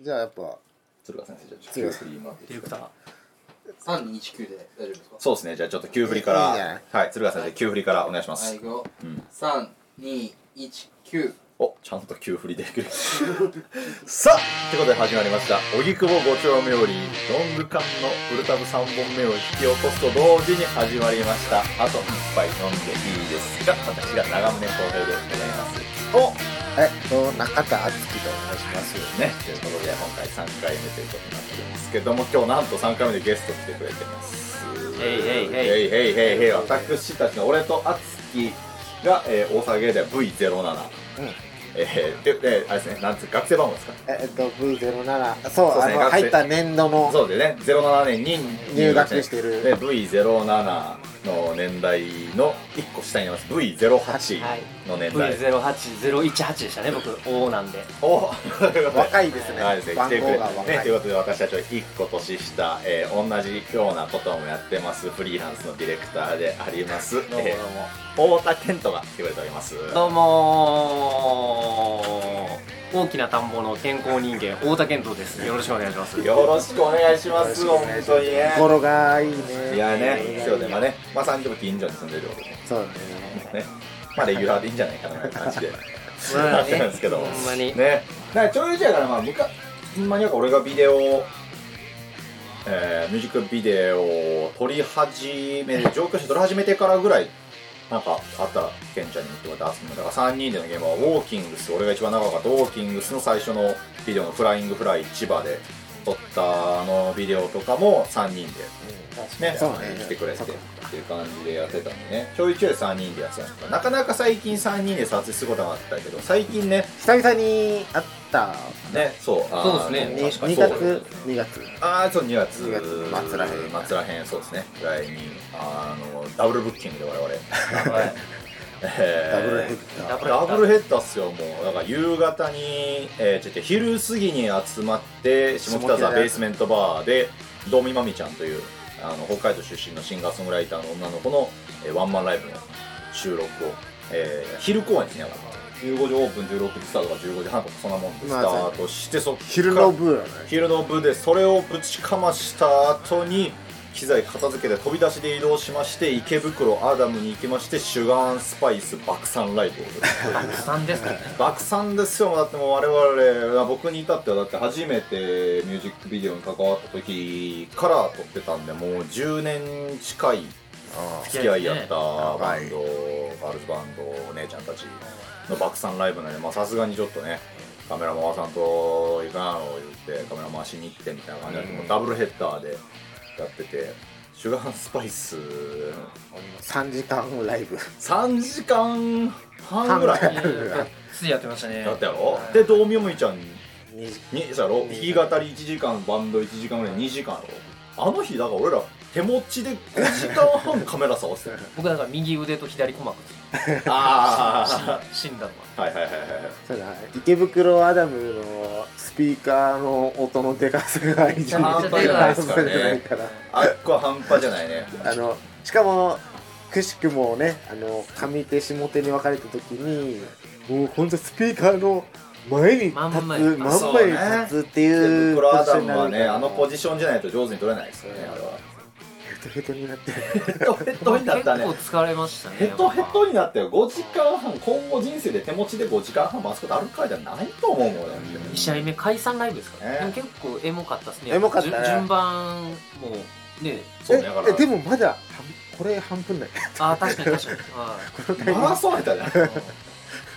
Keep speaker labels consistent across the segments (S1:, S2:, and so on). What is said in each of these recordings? S1: じゃあやっぱ
S2: 鶴川先生じゃあち
S1: 鶴
S2: ょっ
S1: 川
S2: と9振りもらってい
S3: ディ
S2: い
S3: レ
S2: で
S3: ク
S2: すか
S3: ター
S4: 3219で大丈夫ですか
S2: そうですねじゃあちょっと9振りか
S1: いいじゃ
S2: ら
S1: ん
S2: はい鶴川先生9振りからお願いしま
S4: は
S2: す
S4: い、行
S2: うん
S4: 3219
S2: おちゃんと急振りできる さあということで始まりました荻窪五丁目よりロング缶のウルタブ3本目を引き起こすと同時に始まりましたあと1杯飲んでいいですか私が長宗公平でございますお
S1: えと中田敦樹と申します
S2: ねということで今回3回目ということになってるんですけども今日なんと3回目でゲスト来てくれてます
S3: えいえいえい
S2: へいへいへいへい私たちの俺と敦樹が、えー大阪芸大 V07
S1: うん
S2: えー、で、であれですね、なんつう、学生番号ですか。
S1: えっと V07 そう
S2: そう
S1: あ
S2: ですね
S1: の
S2: 学生
S1: 入った年度の
S2: そうでね、07年に
S1: 入学してる
S2: で、V07 の年代の一個下になります。V08
S3: はい
S2: の年代。
S3: V08018でしたね僕 O なんで
S2: お
S1: 若いですね
S2: はいですね、来
S1: 番
S2: てく
S1: 号
S2: れ
S1: が若い、
S2: ね、ということで私たちは1個年下、えー同じようなこともやってますフリーランスのディレクターであります、
S3: どうも
S2: えー太田健人が来てくれております
S3: どうもどうも大きな田んぼの健康人間太田健人ですよろしくお願いします
S2: よろしくお願いします
S1: よろしくお
S2: 本
S1: 願いします
S2: 当にね
S1: 心がいいね
S2: いや
S1: 心が
S2: ね、
S1: いい
S2: そうね、まあね、まあ3人とも近所に住んでるわけでね、
S1: そうね
S2: ね、まあレギュラーでいいんじゃないかな、みたいな感じで。
S3: ま
S2: な
S3: あ
S2: って
S3: ね
S2: るんですけど、
S3: ほんまに
S2: ね、だからちょいちょいだから、まあ、むか、ほんまになんか俺がビデオ。えーミュージックビデオを撮り始め、上京して撮り始めてからぐらい。なんかあったら、ケンちゃんに言ってもらって遊んで、だから3人でのゲームは、ウォーキングス、俺が一番長かったウォーキングスの最初のビデオのフライングフライ千葉で撮ったあのビデオとかも3人でね、
S1: そうね
S2: 来てくれて
S1: そ
S2: っ
S1: うか
S2: ていう感じでやってたんでねちょいちょい3人でやってたんですけどなかなか最近3人で撮影することがあったけど最近ね
S1: 久々に会った
S2: ねそう
S3: そうですね
S1: に
S2: 確かに
S1: 2
S2: そう
S1: 月2月
S2: ああそう2月
S1: 2月末らへん
S2: 末らへんそうですねぐらいにあのダブルブッキングで我々
S3: はい
S2: えー
S1: ダブルヘッダー
S3: ダブル
S2: ダブルヘッダーっすよもうだから夕方に、えー、ちょいちょい昼過ぎに集まって下北沢ベースメントバーでドミマミちゃんというあの北海道出身のシンガーソングライターの女の子の、えーワンマンライブの収録を、えー昼公演ですねだから15時オープン16時スタートが15時半とかそんなもんでスタートしてそっから
S1: 昼の部やね
S2: 昼の部でそれをぶちかました後に機材片付けて飛び出しで移動しまして池袋アダムに行きましてシュガースパイス爆散ライブを
S3: 3ですからね
S2: 爆散ですよだってもう我々僕に至ってはだって初めてミュージックビデオに関わった時から撮ってたんでもう10年近い 付き合いやったバンド、ガールズバンドお姉ちゃんたちの爆散ライブなんでまあさすがにちょっとねカメラマンさんと行かなの言ってカメラ回しに行ってみたいな感じだったもうダブルヘッダーでやっててシュガースパイス
S1: 3時間ライブ
S2: 3時間半ぐら
S1: 半
S2: い
S1: ぐらい
S3: ついやってましたね
S2: だったやろで道明もいちゃん
S1: 2時
S2: にそうやろ弾き語り1時間バンド1時間ぐらい2時間やろあの日だから俺ら手持ちで5時間半カメラ触ってたよ
S3: 僕だから右腕と左鼓膜
S2: あ
S3: 死んだのは
S2: あはいはいはいはいはい
S1: そうだ池袋アダムのスピーカーの音のでかさが異常に
S3: めちゃめちゃでかい
S2: ですからね
S1: 出ないから
S2: あっこは半端じゃないね
S1: あのしかもくしくもねあの上手下手に分かれた時にもう本当スピーカーの前に立つ
S3: 真
S1: 真
S3: ん
S1: ん
S3: 前
S1: 前に立つっていう
S2: ブラダムは
S1: ポジションになるか
S2: ね
S1: ら
S2: あのポジションじゃないと上手に取れないですよねあれは
S1: ヘトヘトになって
S2: ヘッドヘッドになったね
S3: 結構疲れましたね
S2: ヘッドヘッドになって5時間半今後人生で手持ちで5時間半回すことあるかいじゃないと思うもんね
S3: 2試合目解散ライブですから、
S2: ね
S3: でも結構エモかったですね
S1: エモかったね
S3: 順順番もね
S2: そうねだか
S1: ええで
S2: ら
S1: もまだ半これ半分ない
S3: ああ確かに確かには
S2: マラソンやったじゃん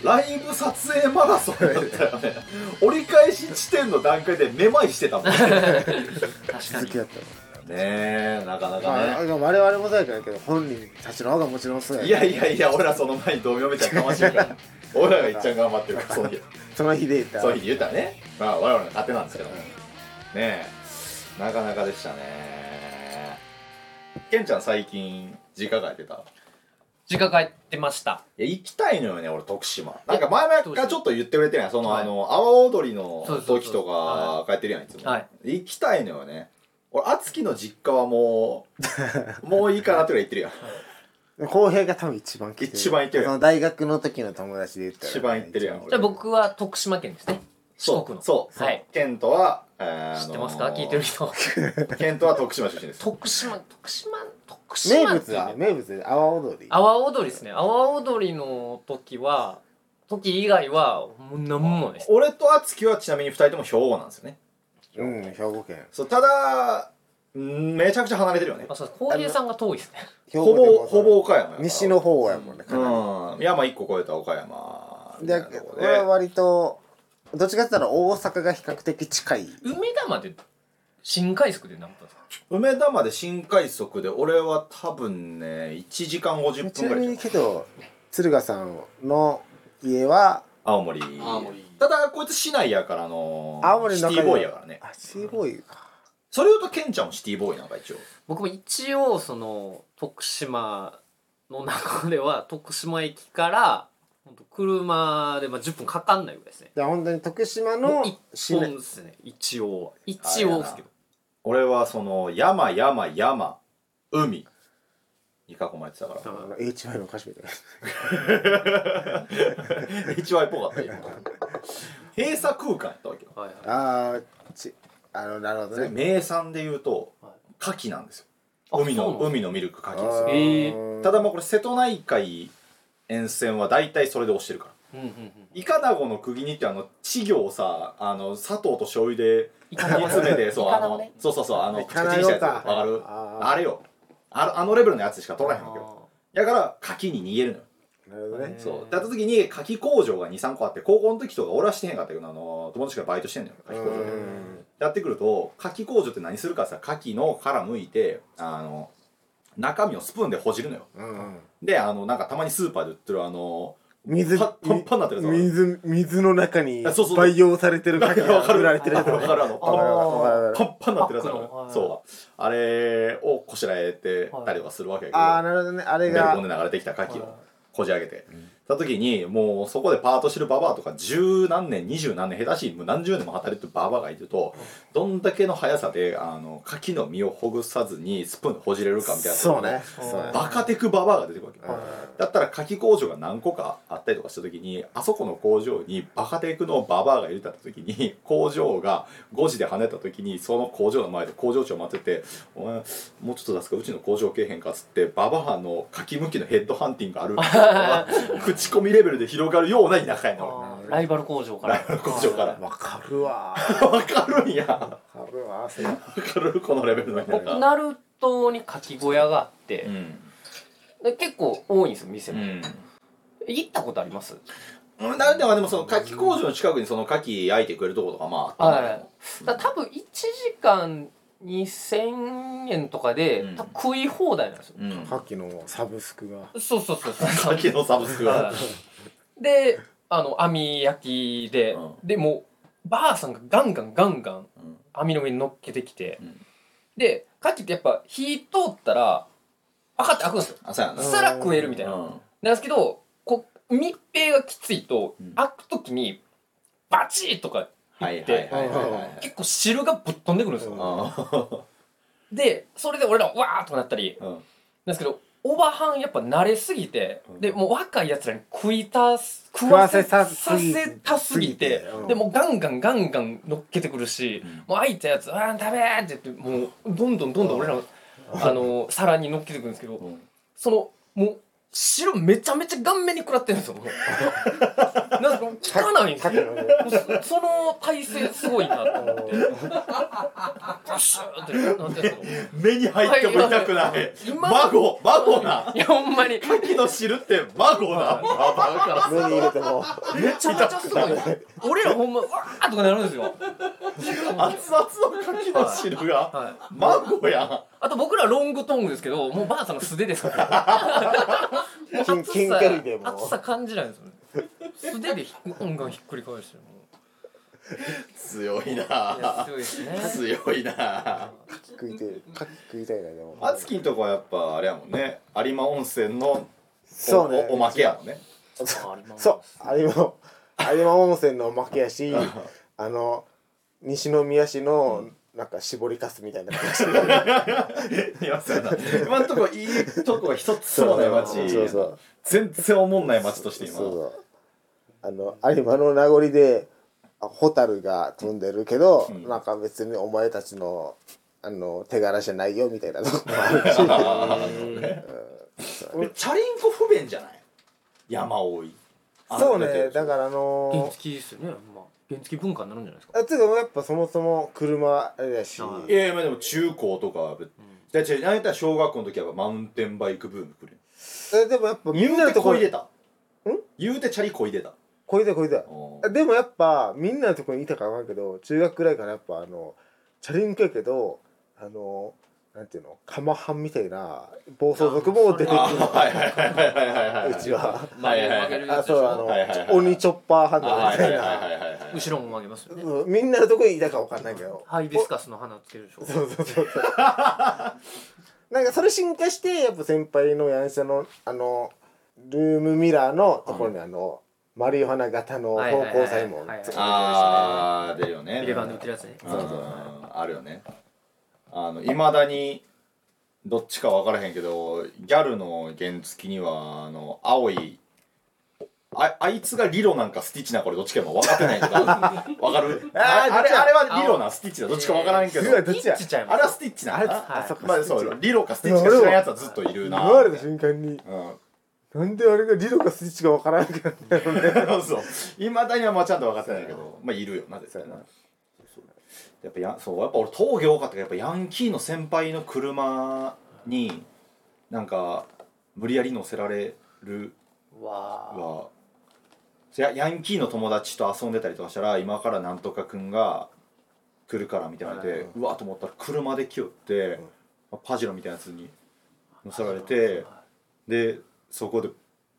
S2: ライブ撮影マラソンだったよね折り返し地点の段階でめまいしてたもんね
S3: い確か
S1: 続
S3: に
S1: きだったわ
S2: ねえなかなかね
S1: まあ、我々もそうやけど本人たちの方がもちろんそうや
S2: い
S1: けど
S2: やいやいや、俺らその前に同僚めちゃかましい から。俺らがいっちゃん頑張ってるから、そういう、
S1: その日で言ったら
S2: そういうふうに言ったらね。まあ、我々の勝手なんですけども。ねえ、なかなかでしたね。ケンちゃん最近、実家帰ってた
S3: 実家帰ってました
S2: いや、行きたいのよね、俺、徳島。なんか前々からちょっと言ってくれてるやん。その、
S3: はい
S2: あの、阿波踊りの
S3: そうそうそう
S2: 時とか、帰ってるやん、いつも。
S3: はい
S2: 行きたいのよね。俺、敦樹の実家はも う、もういいかなってぐらい行ってるやん。
S1: 浩平が多分一番来てる
S2: 一番行ってるやん
S1: その大学の時の友達で言ったら
S2: 一番行ってるやん、俺。
S3: じゃあ僕は徳島県ですね
S2: そう
S5: 四国の
S2: そうそう、
S5: はい
S2: ケントは、えー
S5: 知ってますか聞いてる人
S2: ケントは徳島出身です
S5: 徳島徳島徳
S1: 名
S5: 島っ
S1: 物
S5: て
S1: は
S5: ね
S1: 名物で阿波踊り
S5: 阿波踊りですね阿波踊りの時は時以外はもう何もないです
S2: 俺と敦樹はちなみに2人とも兵庫なんですよね
S1: うん兵庫県
S2: そうただんめちゃくちゃ離れてるよね
S5: あそう浩平さんが遠いですね
S1: 兵庫県
S2: ほぼほぼ岡山やから
S1: 西の方やもんねかな
S2: うん山1個越えた岡山
S1: り
S2: みたい
S1: で
S2: なとこで
S1: 俺は割とどっちかって言ったら大阪が比較的近い
S5: 梅田まで新快速で何分ですか
S2: 梅田まで新快速で俺は多分ね1時間50
S1: ち
S2: 分
S1: な
S2: ぐら
S1: み
S2: いで
S1: に
S2: しょ
S1: けど敦賀さんの家は
S2: 青森
S4: 青森
S2: ただこいつ市内やからあの
S1: 青森
S2: シ
S1: の
S2: テ
S1: 中
S2: ィ
S1: では
S2: ボーイやからね
S1: あシーボーイか
S2: それを言うとケンちゃんもシティボーイなんか一応
S5: 僕も一応その徳島の中では徳島駅からほんと車でまあ10分かかんないぐらいですね
S1: で本当に徳島
S5: も
S1: の
S5: う一
S1: 市
S5: 本
S1: 内
S5: ですね一応は一応ですけど
S2: 俺はその山山山海に囲まれてたから
S1: あの HY の歌手みたいな
S2: HY っぽかった今閉鎖空間やったわけよ
S5: はいはい
S1: あーちあのなるほどね
S2: 名産で言うと
S5: はい
S2: 牡蠣なんですよ
S5: あ
S2: 海
S5: そう
S2: の
S5: なの
S2: 海のミルク牡蠣です
S1: あ
S2: よ
S1: ー
S5: え
S2: ただまあこれ瀬戸内海沿線は大体それで押してるから
S5: うんうんうん
S2: イカナゴの釘にってあの稚魚をさあの砂糖と醤油で
S5: イカナゴ
S2: 煮詰めてそう
S5: イカ
S2: あ
S5: ナゴ
S2: の
S5: ね
S2: そうそうそうあの
S1: イ
S2: 口
S1: カナゴか
S2: にしたやつわかる
S1: あー
S2: あれよあのあのレベルのやつしか取らへんわけよ
S5: あ
S2: だから牡蠣に逃げるのよ
S1: なるほどね
S2: そうだった時に牡蠣工場が23個あって高校の時とか俺はしてへんかったけどあの友達がバイトしてんのよ牡蠣工場で
S1: うん
S2: やってくると牡蠣工場って何するかさ牡蠣の殻剥いてあの中身をスプーンでほじるのよ
S1: うん
S2: であのなんかたまにスーパーで売ってるあの
S1: 水
S2: パパンパンになってるやつ
S1: 水水の中に
S2: あそうそう
S1: 培養されてる牡蠣
S2: わか
S1: が
S2: る
S1: 売られてるや
S2: わ
S1: つね
S2: かるわかるあの
S1: わかるわかるわか
S2: パ
S1: る
S2: ンパンになってるやつだ
S5: パック
S2: か
S5: のは
S2: ら
S5: い
S2: そうあれをこしらえてたりはするわけやけど、
S1: ああなるほどねあれ
S2: ベル
S1: が
S2: コンで流れてきた牡蠣
S5: は
S2: を
S5: い
S2: こじ上げて、た時にもうそこでパートしてるババアとか十何年二十何年下手しいもう何十年も働いてるババアがいると、どんだけの速さであの牡蠣の身をほぐさずにスプーンでほじれるかみたいな
S1: そうね
S5: うん
S1: そうね
S2: バカテクババアが出てくるわけ、だったら牡蠣工場が何個かあったりとかした時にあそこの工場にバカテクのババアがいるってなった時に工場が5時で跳ねた時にその工場の前で工場長待ってて「お前もうちょっと出すかうちの工場けえへんか」っつってババアの牡蠣向きのヘッドハンティングがある口コミレベルで広がるような田舎やな俺
S5: あーライバル工場から
S2: ライバル工場から
S1: わかるわ
S2: わかるんやわ
S1: わかるわそれ
S2: かるこのレベルの田
S5: 僕
S2: 舎
S5: 鳴門に牡蠣小屋があって
S2: う、ん
S5: で結構多いんですよ店
S2: う
S5: も、
S2: ん
S5: 行ったことあります
S2: うんなんでまあでもその牡蠣工場の近くにその牡蠣焼いてくれるとことかまああったんだけど
S5: はい、だから多分1時間2000円とかで、
S2: うん
S5: 多分食い放題なんですよ、
S2: うん
S1: 牡蠣のサブスクが
S5: そうそうそうそう
S2: 先のサブスクが
S5: はいであの網焼きで、
S2: うん
S5: でもうばあさんがガンガンガンガン
S2: うん
S5: 網の上に乗っけてきて、
S2: うん
S5: で牡蠣ってやっぱ火通ったらパカって開くんですよ
S2: あそうやな
S5: さら食えるみたいな、
S2: うん
S5: なんですけどこう密閉がきついと、
S2: うん
S5: 開く時にバチッとか
S2: はいはいはいはいはい
S5: 結構汁がぶっ飛んでくるんですよ、
S2: あ
S5: でそれで俺らわーっとかなったり
S2: ーうん
S5: なんですけどおばはんやっぱ慣れすぎて、
S2: うん
S5: でもう若いやつらに食いたす
S1: 食わせたす
S5: さ
S1: ぎ
S5: せたす
S1: す
S5: ぎて
S1: ぎてうん
S5: でもうガンガンガンガン乗っけてくるし、
S2: うん
S5: もう開いたやつ「ああ食べ!」って言ってもうどんどんどんどん俺らの、あの皿に乗っけてくるんですけど、
S2: うん
S5: そのもう汁めちゃめちゃ顔面に食らってるんですよ もうなんかもう効かないんです
S1: 牡
S5: よ
S1: 蠣の
S5: もうそその体勢すごいなと思ってバシューってなってるんですけど
S2: 目に入っても痛くない
S5: 今
S2: 孫孫ない
S5: やほんまにめ
S2: 牡蠣の汁って孫な
S1: 目に入れても
S5: ちゃめちゃすごい俺らほんまうわーとかなるんですよ
S2: 熱々の牡蠣の汁が
S5: はい
S2: 孫やん
S5: あと僕らロングトングですけどもうばあさんが素手ですからもう
S1: 近
S5: 熱
S1: 近距
S5: さ
S1: 離でも
S5: 熱さ感じないんですよね素手でひガンガンひっくり返してるも
S2: 強いう
S5: いや
S2: な
S5: 強いですね
S2: 強いな
S1: 食いてえ牡蠣食いたいなでも
S2: あつきんとこはやっぱあれやもんね有馬温泉のお
S1: そうね
S2: おおまけやもんね
S1: そう有馬有馬温泉のお負けやしあの西宮市のなんか絞りかすみたいな感じ
S2: いやそうやな今んとこいいとこが一つもない街
S1: そうそう
S2: 全然おもんない街として今
S1: そうそうあの有馬の名残であホタルが飛んでるけど、
S2: うん
S1: なんか別にお前たちのあの手柄じゃないよみたいなとこもあるし
S4: 俺チャリンコ不便じゃない
S2: 山多い
S1: そうねだからあの
S5: 原
S1: ー
S5: 付ですよね、まあ、原付文化になるんじゃないですか
S1: あつうかやっぱそもそも車あれだし
S5: はい
S2: いやいやまあでも中高とかじゃあ違う何やったら小学校の時はやっぱマウンテンバイクブーム来るよ
S1: えでもやっぱみん
S2: 言
S1: なの
S2: うて
S1: とこ
S2: こ
S1: ろ
S2: いでた
S1: ん
S2: 言うてチャリこいでた
S1: こいでこいで
S2: うん
S1: でもやっぱみんなのところにいたかわからんけど中学くらいからやっぱあのチャリンコやけどあのなんていうのカマハンみたいな暴走族も出てくる
S2: あはいはいはいはいはいはいはいう
S1: ちは
S2: はいはいはい
S1: あそうあの、
S2: はいはいはい
S1: 鬼チョッパーハン
S2: あ
S1: ド
S2: は
S1: み
S2: い
S1: た
S2: はいい
S1: な、
S2: はいはいはいはい
S5: 後ろも曲げますよね、
S1: うんみんなのとこにいたかわかんないけど
S5: ハイビスカスの花つけるでしょ
S1: そうそうそうそうなんかそれ進化してやっぱ先輩のやんしゃのあのルームミラーのところにあの、マリオハナ型の
S5: はいはいはい
S1: 方向材も
S5: はいはい
S1: つけてるしね
S2: あー出るよね
S5: ビレバンで売ってるやつね
S2: うんあるよねあのいまだにどっちか分からへんけどギャルの原付にはあの青いああいつがリロなんかスティッチなんか俺どっちか今分かってないけど分 かるああれあれはリロなんスティッチだどっちか分からんけど
S1: うわどっちや
S5: ちっちゃい
S2: あ
S5: もん
S2: れはスティッチなんだな
S5: あれあそっか
S2: まあそうリロかスティッチか知らんやつはずっといる
S1: 言
S2: な
S1: われた瞬間に
S2: うん
S1: なんであれがリロかスイッチかわからんけどね
S2: そういまだにはまあちゃんと分かってないけどまあいるよな絶対なそうやっぱやそうやっぱ俺峠多かったけどやっぱヤンキーの先輩の車になんか無理やり乗せられる
S5: わあ
S2: はやヤンキーの友達と遊んでたりとかしたら今からなんとかくんが来るからみたいなのでうわと思ったら車で来よって、パジェロみたいなやつに乗せられてでそこで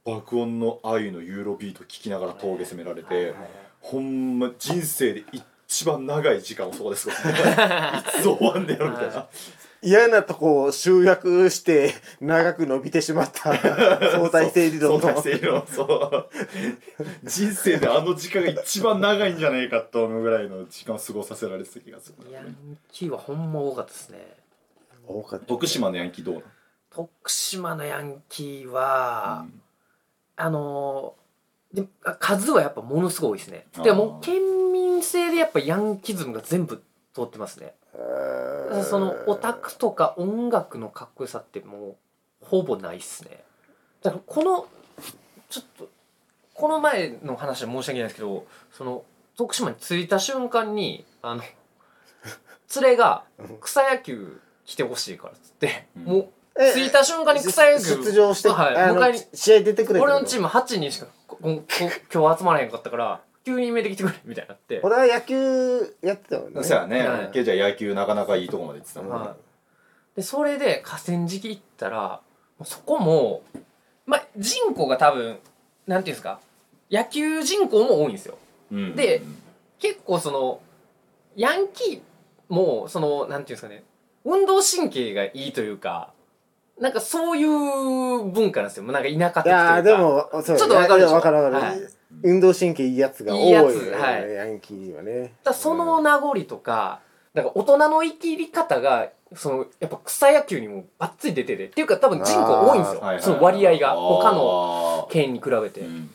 S2: 爆音の「愛のユーロビート」聴きながら峠攻められてほんま人生で一番長い時間をそこで 過ごすいつ終わんねやろみたいな
S1: 嫌なとこを集約して長く伸びてしまった相対性理論
S2: 相
S1: の
S2: 対性理論そう人生であの時間が一番長いんじゃないかと思うぐらいの時間を過ごさせられてた気がする
S5: ヤンキーはほんま多かったですね
S1: 多かった
S2: 徳島のヤンキーどう
S5: 徳島のヤンキー
S2: な
S5: は
S2: の、
S5: あのーであ数はやっぱものすごい多いですね
S2: あー
S5: でもう県民性でやっぱヤンキズムが全部通ってますねそのオタクとか音楽のかっこよさってもうほぼないっすねだからこのちょっとこの前の話で申し訳ないですけどその徳島に着いた瞬間にあの連れが草野球来てほしいからっつって、
S2: うん
S5: もう
S1: え
S5: 着いた瞬間に草野球
S1: 出場して、
S5: はい
S1: あの
S5: 迎えに
S1: 試合出てくれ
S5: 俺のチー
S1: ム
S5: ム8人しかこここ今日集まらへんかったから9人目で来てくれみたいになって、
S1: 俺は野球やってたもんね
S2: そうや
S5: は
S2: ね
S5: い
S2: ケイちゃん野球なかなかいいとこまで行ってたもんね
S5: はい、でそれで河川敷行ったらもうそこも、まあ、人口が多分なんていうんですか野球人口も多いんですよ
S2: うん
S5: で結構そのヤンキーもそのなんていうんですかね運動神経がいいというかなんかそういう文化なんですよもうなん
S1: い
S5: か田舎的というか
S1: やーでもそう
S5: ちょっとわかるでしょ
S1: わかるわかる、
S5: はい
S1: 運動神経いいやつが多いよね
S5: いいやつはい
S1: ヤンキーはね
S5: だからその名残とか、なんか大人の生きり方が、その、やっぱ草野球にもばっつり出てて、っていうか多分人口多いんですよ。
S2: はいはい
S5: その割合が、
S2: あー
S5: 他の県に比べて。
S2: うん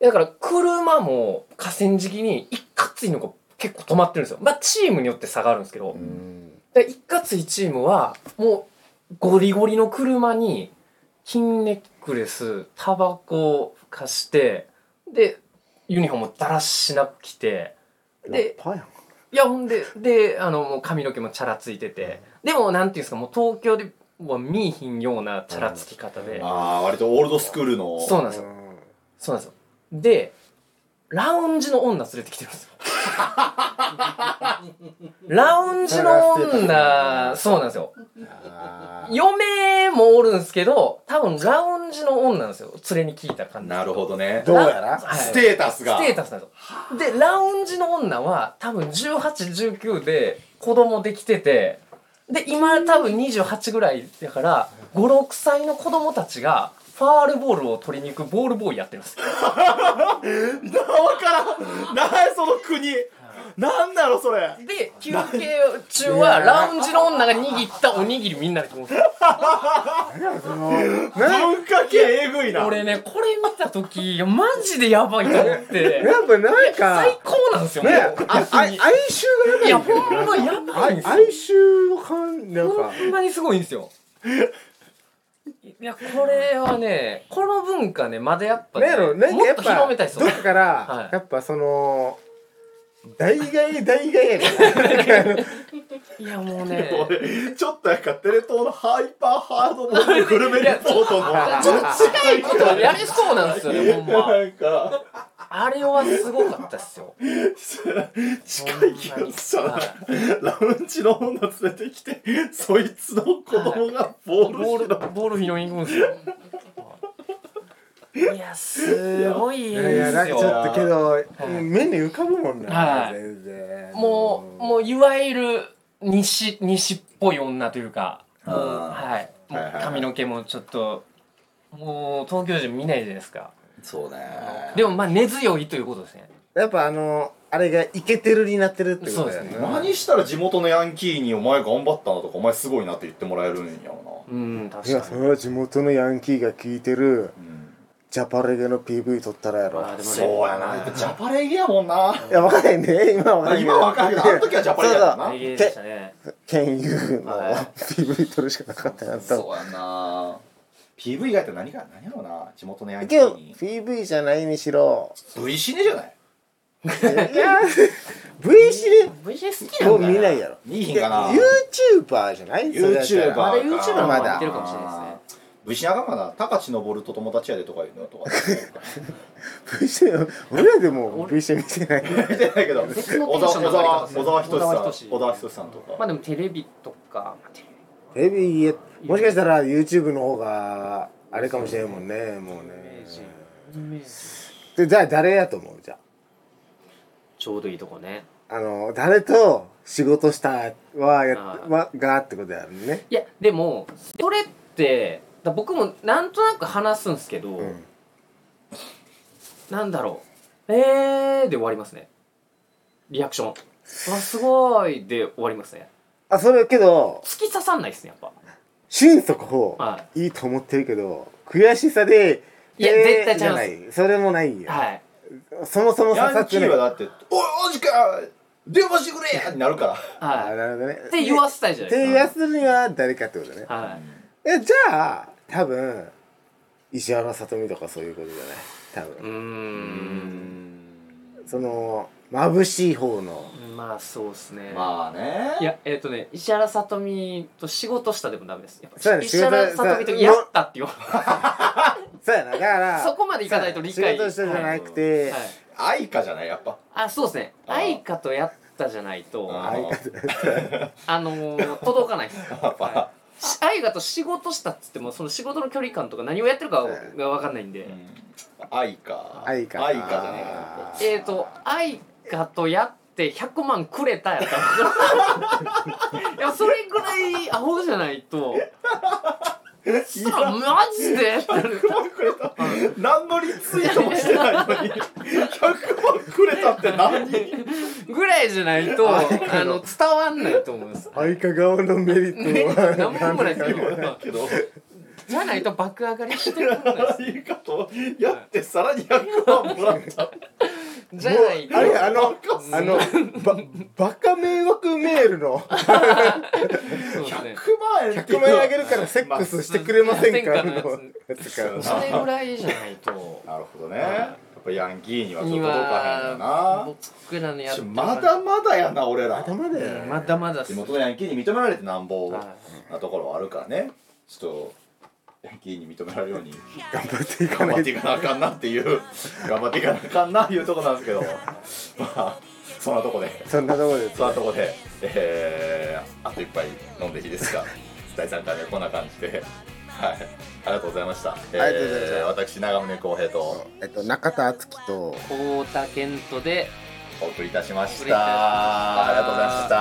S5: だから車も河川敷に一括いのが結構止まってるんですよ。まあチームによって差があるんですけど、
S1: うん
S5: で一括いチームは、もうゴリゴリの車に、金ネックレス、タバコをふかして、で、ユニフォームをだらしなく着て、で
S1: ラッパーやん
S5: いやほんでであのもう髪の毛もチャラついてて、でもなんていうんですかもう東京では見いひんようなチャラつき方で、
S2: ああ割とオールドスクールの
S5: そうなんですよ、そうなんですよでラウンジの女連れてきてるん ですよラウンジの女そうなんですよ
S2: あー
S5: 嫁もおるんですけど多分ラウンジの女なんですよ連れに聞いた感じ
S2: なるほどね
S1: どうやら
S5: はい
S2: ステータスが
S5: ステータスなの。で、ラウンジの女は多分18、19で子供できてて、で、今多分28ぐらいだから、5、6歳の子供たちが、ファールボールを取りに行くボールボーイやってるんですよ。
S2: なわからんなあその国
S4: なんだろうそれ
S5: で休憩中はラウンジの女が握ったおにぎりみんなで食う
S4: 文化系えぐいな
S5: 俺ねこれ見た時いやマジでやばいと思って
S1: やっぱなんか
S5: 最高なんですよね
S1: ねああ哀愁
S5: い
S1: が
S5: や
S1: やばい
S5: ほんまやばいん
S1: 哀
S5: です
S1: 哀
S5: よ
S1: 愁を感じなんか
S5: ほんまにすごいんですよいやこれはねこの文化ねまだやっぱ
S1: なんやろなんか
S5: も
S1: や
S5: っ
S1: っ
S5: と
S1: ぱ
S5: 広めたいですよ
S1: どっかから、
S5: はい
S1: やっぱその大概大概やから
S5: いやもうね
S2: 俺ちょっとなんかテレ東のハイパーハードモードグルメレポートの
S5: ちょっと近いことやれそうなんですよねほんま
S2: なんか
S5: あれはすごかったっすよ
S2: 近い気がしたな
S5: はい
S2: ラウンジの女連れてきてそいつの子供がボール
S5: ボー
S2: し
S5: ル
S2: ろ
S5: ボール拾いに行くんですよいやすごい
S1: い
S5: ん
S1: やいやな
S5: で
S1: ん
S5: す
S1: かちょ
S5: よ
S1: っとけど、
S5: い
S1: 目に浮かぶもんな、
S5: はい
S1: 全然
S5: もうもういわゆる西西っぽい女というか
S2: あー
S5: はいも
S2: は
S5: う
S2: いはい
S5: 髪の毛もちょっともう東京人見ないじゃないですか
S2: そうね
S5: でもまあ根強いということですね
S1: やっぱあのあれがイケてるになってるってことだよ
S5: そうで
S1: ね
S5: すね
S2: 何したら地元のヤンキーに「お前頑張ったな」とか「お前すごいな」って言ってもらえるんやろ
S5: うん確
S1: いや
S5: か
S1: そ
S5: に
S1: れは地元のヤンキーが聞いてる
S2: な、
S1: ジャパレゲの PV 撮ったらやろ
S5: あーでもね
S2: そうやなやっぱジャパレゲやもんない
S1: やわかんないね今わかんない
S2: 今はわかるけどあの時はジャパレゲやったな
S5: 大芸でしたね
S1: 剣佑の
S5: はい
S1: PV 撮るしかなかったやん
S2: そうやな PV 以外って何が何やろうな地元のヤンキ
S1: けど
S2: ー
S1: PV じゃないにしろ
S2: V シネじゃない
S1: いや V シネ
S5: VJ 好き
S1: もう
S5: な
S1: ん
S5: だ
S1: 見ないやろ
S2: 見いひん
S1: で
S2: かな
S1: YouTuber じゃないそれやったら
S2: YouTuber
S5: まだ
S2: か
S5: YouTuber の
S1: まだ
S5: 方が見てるかもしれないですね
S2: 武士仲間だ高知登と友達やでとか言うのとか
S1: V シネ俺らでも V シネ見てない
S2: 見てないけど
S5: 別のテ
S2: 小
S5: ンションの上がり
S2: 沢
S5: 方
S2: 小
S5: す
S2: 沢
S5: る
S2: 小沢
S5: 小沢
S2: 仁
S5: 仁
S2: 志さ
S5: 志
S2: ん小沢仁志さんとか、
S5: まあでもテレビとかまあテレビ
S1: テレビやもしかしたら YouTube の方があれかもしれんもんねもうねでじゃあ誰やと思うじゃ
S3: ちょうどいいとこね
S1: ああの誰と仕事したはや
S3: あー
S1: はがってことやるね
S5: いやでもそれってだ僕もなんとなく話すんですけど、
S1: うん
S5: なんだろうえーで終わりますねリアクションわすごいで終わりますね
S1: あそれけど
S5: 突き刺さんないですねやっ
S1: 心底
S5: はい
S1: いと思ってるけど悔しさで
S5: いや
S1: えー
S5: 絶対ち
S1: じ
S5: ゃい
S1: ゃ
S5: ます
S1: ないそれもないよ
S5: ぱはい
S1: そもそも刺
S2: ヤ
S1: さ
S2: ン
S1: って
S2: キー
S1: ない
S2: はだって「おいおじか電話してくれ!」ってなるから
S1: あ
S5: はい
S1: なるほどね
S5: って言わせたいじゃない
S1: で
S5: で
S1: 言
S5: す
S1: わ
S5: か
S1: すには誰かってことね
S5: はい
S1: えじゃあ多分石原さとみとかそういうことじゃない多
S5: うー
S1: 分
S5: ん
S1: その眩しい方の
S5: まあそうですね、
S2: まあね
S5: いやえっ、とね石原さとみと仕事したでもダメですやっぱ
S1: そうだね
S5: 石原さとみとやったっていう
S1: そうやなだから
S5: そこまでいかないと理解
S1: そうや仕事したじゃなくて、
S5: はい
S2: 愛花じゃないやっぱ
S5: あそうですね
S2: あー
S5: 愛花とやったじゃないと
S2: あ
S5: あ
S2: ー
S1: 相方
S5: のー届かない です
S2: ぱ
S5: はいし愛花と仕事したっつってもその仕事の距離感とか何をやってるかが分かんないんで、
S2: 愛花
S1: 愛花
S2: 愛花じゃないか
S5: えっ、ー、と愛花とやって100万くれたやったら いやそれぐらいアホじゃないとそらマジでってなる
S2: 100万くれた何のリツイートもしてないのに100万くれたって何
S5: ぐらいじゃないとあの伝わんないと思うんです
S1: 相方側のメリットは
S5: 何もないですよ
S2: けど
S5: じゃないと爆上がりしてるんです
S2: 愛花とやってさらに100万もらった
S5: じゃないと
S1: あれあの
S5: うん
S1: あのばバカ迷惑メール の
S5: そうですね
S2: 100万円ってい
S1: 100
S2: うの
S1: 万円
S2: は
S1: あげるからセックスしてくれませんかのやつか
S5: それぐらいじゃないと
S2: なるほどねやっぱヤンキーにはちょっと
S5: に
S2: 届かへんよ
S5: は
S2: な
S5: 僕らのやってる
S2: まだまだやな俺ら
S1: 頭だよね
S5: まだまだっ
S2: 地
S5: す
S2: 元のヤンキーに認められてなんぼ
S5: は
S2: なところはあるからねちょっとヤンキーに認められるように
S1: 頑張っていか
S2: 頑
S1: な
S2: 張っ
S1: い
S2: て
S1: と
S2: いかなあかんなっていう頑張っていかなあかんなっていうとこなんですけどまあそんなとこで
S1: そんなところです
S2: そんなとこでえー、あと一杯飲んでいいですか第3回目こんな感じではいありがとうございましたあり
S1: がとうございました
S2: 私長宗浩平と
S1: えっと中田敦樹と
S5: 太田健人で
S2: お送りいたしまし
S5: お送りいたしました
S2: たありがとうございました